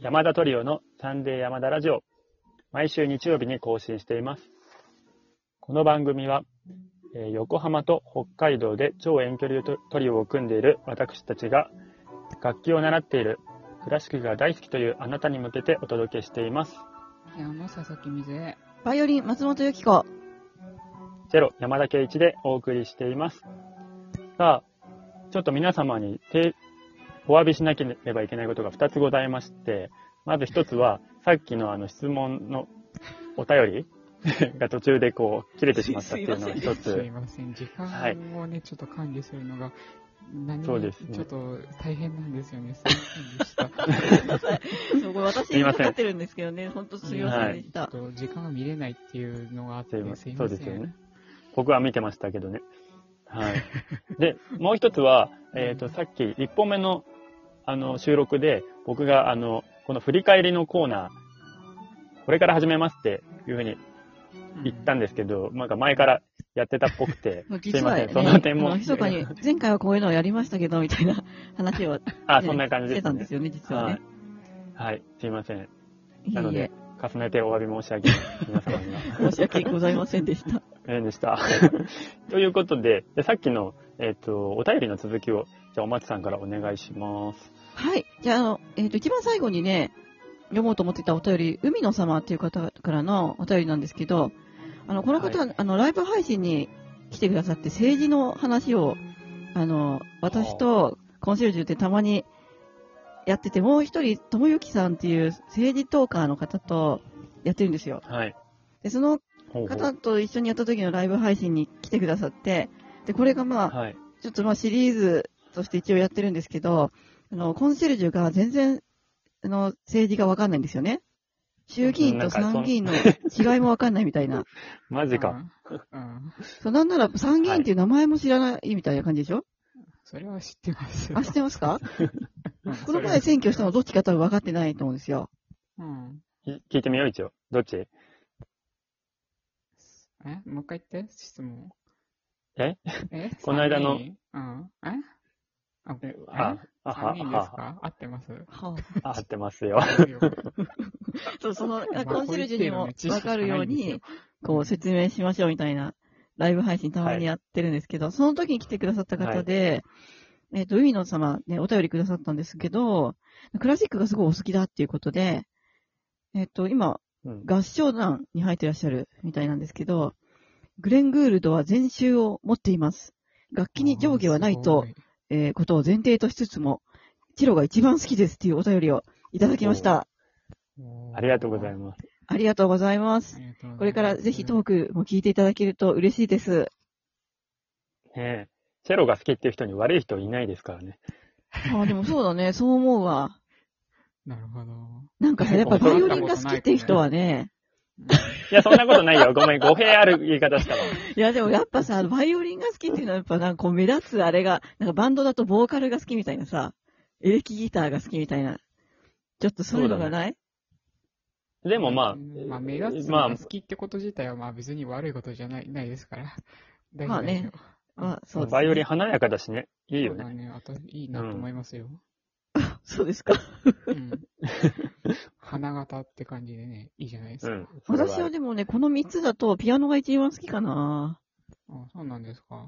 山田トリオのサンデー山田ラジオ。毎週日曜日に更新しています。この番組は、えー横浜と北海道で超遠距離トトリオを組んでいる私たちが、楽器を習っている、クラシックが大好きというあなたに向けてお届けしています。ピアノ佐々木水江バイオリン、松本由紀子。ゼロ山田圭一でお送りしています。さあ、ちょっと皆様にてお詫びしなければいけないことが2つございまして、まず1つは、さっきのあの質問のお便り が途中でこう切れてしまったっていうのが1すいつ。ません時間はいをねちょっと管理するのが何そうですねちょっと大変なんですよねすいま せんでしたそうこれ私すいにまかせんかってるんですけどね、ほんとすみませんでしちょたっ。と時間が見れないっていうのがあってすいますいそまうせでんすよね。僕は見てましたけどね。 はい。で、もう1つは、えっ、と、さっき1本目のあの収録で、僕があの、この振り返りのコーナー、これから始めますっていうふうに行ったんですけど、なんか前からやってたっぽく てもう、すい実まは、せね、ん、その点あもの、密かに、前回はこういうのをやりましたけど、みたいな話を、 あ、そんな感じでしてすたんでねす。よね、実ははねい。。はい、すいません。いなのいでえ、、重ねてお詫び申し上 げます。皆様には。申し訳ございませんでした。大変でした。 ということで、でさっきの、えっ、と、お便りの続きを、じゃあ、お松さんからお願いします。はい。じゃあ、あの、えっ、と、一番最後にね、読もうと思ってたお便り、海野様っていう方からのお便りなんですけど、あの、この方、はいあの、ライブ配信に来てくださって、政治の話を、あの、私とコンシェルジュってたまにやってて、もう一人、ともゆきさんっていう政治トーカーの方とやってるんですよ。はい。で、そのほうほ方う。と一緒にやった時のライブ配信に来てくださって、で、これがまあ、はい。ちょっとまあシリーズとして一応やってるんですけど、あの、コンシェルジュが全然、あの、政治がわかんないんですよね。衆議院と参議院の違いもわかんないみたいな。 マジか。うん、うんそう、なんなら参議院っていう名前も知らないみたいな感じで しょ、それは知ってますあ、知ってますかうんこの前選挙したのどっちか多分分かってないと思うんですよ。うんい聞いてみよう、一応。どっちえもう一回言って質問ええ この間の参議院うんえあえあ、あは、参議院ですは、か合って ますあ、合ってますよ。どういうことそう、その、まあコンシェルジュにもこういう程度の知識しか分なかいんるよでうすによ、こう説明しましょうみたいなライブ配信たまにやってるんですけど、その時に来てくださった方で、えっ、と、海野様ね、お便りくださったんですけど、クラシックがすごいお好きだっていうことで、えっ、と、今、うん合唱団に入ってらっしゃるみたいなんですけど、グレン・グールドは全集を持っています。楽器に上下はないと、えーことを前提としつつも、チロが一番好きですっていうお便りをいただきました。ありがとうございすます。ありがとうございまごすいあ。りがとうございます。これからぜひトークも聞いていただけると嬉しいです。ねえ。チェロが好きっていう人に悪い人いないですからね。 ああ、でもそうだね。そう思うわ。なるほど。なんかさ、やっぱバイオリンが好きっていう人はね、いや、そんなことないよ。ごめん、語弊ある言い方したわ。いやでもやっぱさ、バイオリンが好きっていうのはやっぱなんかこう目立つあれが、なんかバンドだとボーカルが好きみたいなさ、エレキギターが好きみたいな、ちょっとそういうのがない、でもまあ、まあ、目立つのまあが好きってこと自体は、まあ別に悪いことじゃない、ないですから。大丈夫まあね。まあそうです、ね。バイオリン華やかだしね、いい大丈夫よそうだね。ね。あと、いいなと思いますよ。そうですか。 うん。花形って感じでね、いいじゃないですうか。ん。それ私はでもね、この3つだとピアノが一番好きかな。あそうなんですか。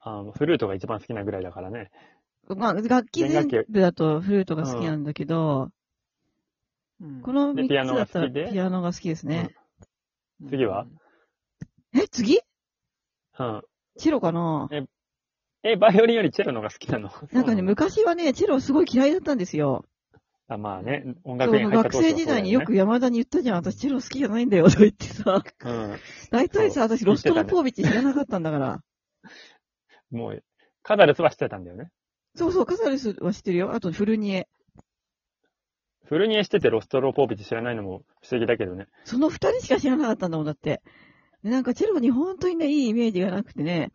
あのフルートが一番好きなぐらいだからね。まあ楽器全部だとフルートが好きなんだけうど、んこの3でつピアノだが好ったきでらピアノが好きですね。次はえ、次うん。チェロかなえ、バイオリンよりチェロのが好きなのなんかね、そうの昔はね、チェロすごい嫌いだったんですよ。あ、まあね、音そう楽院入った学当時は生そうだよ時ね代によく山田に言ったじゃん、私チェロ好きじゃないんだよ、と言ってさ。大体さ、私ロストロポービッチ知らなかったんだから。うん。もう、カザルスは知ってたんだよね。そうそう、カサレスは知ってるよ。あと、フルニエ。フルニエしててロストロポービッチ知らないのも不思議だけどね。その二人しか知らなかったんだもん、だって。でなんかチェロに本当にね、いいイメージがなくてね。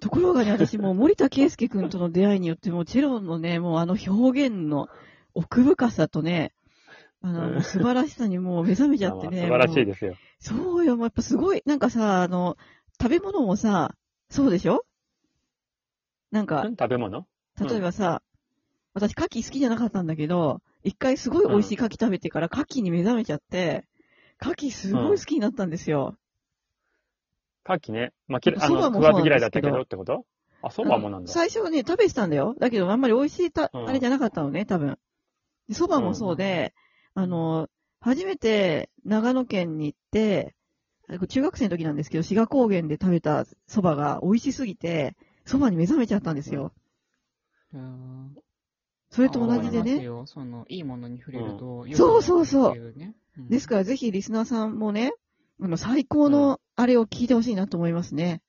ところがね、私もう森田圭介君との出会いによって、もうチェロのね、もうあの表現の奥深さとね、あうんの、素晴らしさにもう目覚めちゃってね。 まあまあ素晴らしいもうですよ。そうよ、もうやっぱすごい、なんかさ、あの、食べ物もさ、そうでしょなんかう、ん食べ物例えばさ、私、牡蠣好きじゃなかったんだけど、一回すごい美味しい牡蠣食べてから牡蠣に目覚めちゃって、牡蠣すごい好きになったんですよ。牡蠣ね。まあ、きあその、ばも食そわうなんですけどず嫌いだったけどってことあ、そばもなんだ。最初はね、食べてたんだよ。だけど、あんまり美味しいた、うんあれじゃなかったのね、多分。で蕎麦もそうで、あの、初めて長野県に行って、あ中学生の時なんですけど、志賀高原で食べた蕎麦が美味しすぎて、蕎麦に目覚めちゃったんですよ。うん。それと同じ思でいますね。よその、いいものに触れると、そうそうそうう。んですから、ぜひリスナーさんもね、あの、最高のあれを聞いてほしいなと思いますね。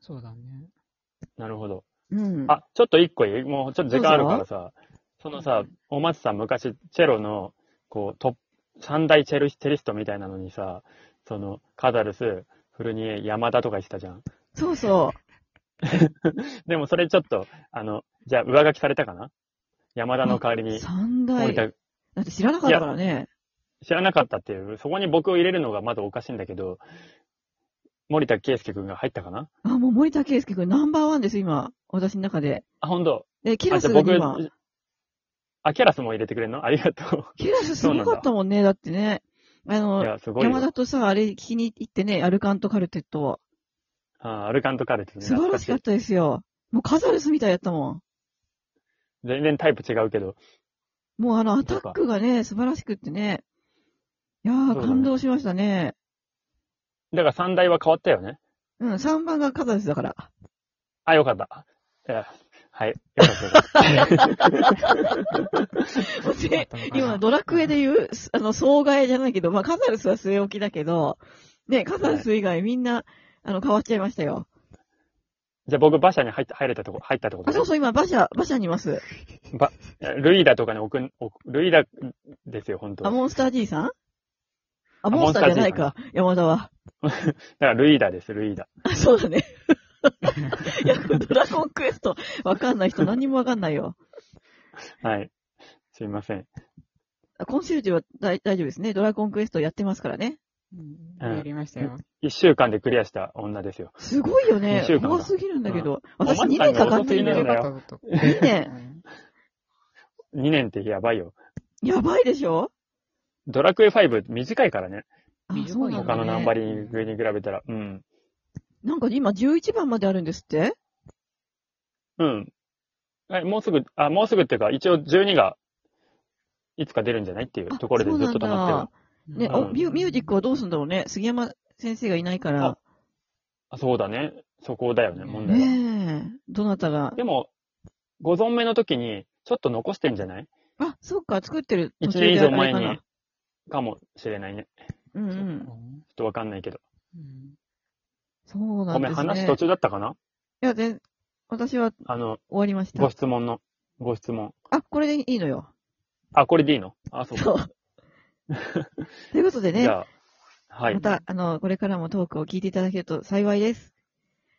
そうだね。なるほど。うん。あ、ちょっと一個いいもうちょっと時間あるからさ、そのうさ、お松さん昔、チェロの、こう、トップ、三大チェルチェリストみたいなのにさ、その、カザルス、フルニエ、山田とか言ってたじゃん。そうそでもそれちょっと、あの、じゃあ上書きされたかな山田の代わりう。に三森大。田、だって知らなかったからね。知らなかったっていう、そこに僕を入れるのがまだおかしいんだけど、森田圭介くんが入ったかなあ、もう森田圭介君ナンバーワンです、今。私の中で。あ、ほんと。え、キあラじゃスあが僕今。、あ、キャラスも入れてくれるのありがとキラスすごかったもんね、だってね。あう。いの、や、すごいよ。山田とさ、あれ聞きに行ってね、アルカントカルテットを。あアルカントカルテットね素晴らしかったですよ。もうカザルスみたいだったもん。全然タイプ違うけど。もうあのアタックがね、素晴らしくってね。いやそうー、だね感動しましたね。だから三大は変わったよね。うん、3番がカザルスだ から。あ、よかった。いやはい。よかったよ かった。そうだったのかでな今、ドラクエで言う、あの、総替えじゃないけど、まあ、カザルスは据え置きだけど、ね、カザルス以外みんな、あの、変わっちゃいましたよ。じゃあ僕馬車に入った、入れたとこ、入ったとこあ、そうそう、今、馬車、馬車にいます。ルイダとかに置く、置くルイダですよ、本当あ、だかモンスター G さんあ、モモンスンスタターー G じゃないか、山 田は。らルイダです、ルイダ。あ、そうだね。 いや、ドラゴンクエスト、わかんない人、何にもわかんないよ。はい。すいません。あコンシェルジュは大大丈夫ですね。ドラゴンクエストやってますからね。うんやりましたよ。一週間でクリアした女ですよ。すごいよね二週。間だ怖すぎるんだけど。ん私お2前さんが年かかってるんだ遅すぎるよ。だよよかったこと2う年。ん2年ってやばいよ。やばいでしょドラクエ5短いからね。あ短いよそうなん他だのナンねバリングに比べたら。うん。なんか今11番まであるんですってうん。はい、もうすぐ、あ、もうすぐっていうか、一応12が、いつか出るんじゃないっていうあところでずっと止そまうなっんてる。だね、うおんミュミュージックはどうするんだろうね。杉山先生がいないから。あ、そうだね。そこだよね、ね問題は。ねえ。どなたがでも、ご存命の時に、ちょっと残してんじゃないあ、そっか、作ってる ?1 途中年以で上あれ前かにな。、かもしれないね。うんううんん。ちょっとわかんないけど。うんそうなごんめですん、ね。話途中だったかないや、で、私は終あの、わりましごた。質問の、ご質問。あ、これでいいのよ。あ、これでいいのあ、そうか。 そう。ということでじね、ゃあ、はいま。た、あの、これからもトークを聞いていただけると幸いです。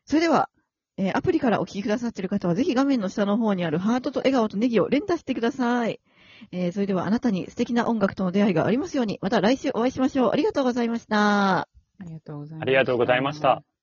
それでは、えーアプリからお聞きくださっている方は、ぜひ画面の下の方にあるハートと笑顔とネギを連打してください。えーそれではあなたに素敵な音楽との出会いがありますように、また来週お会いしましょう。ありがとうございました。ありがとうございました。ありがとうございました。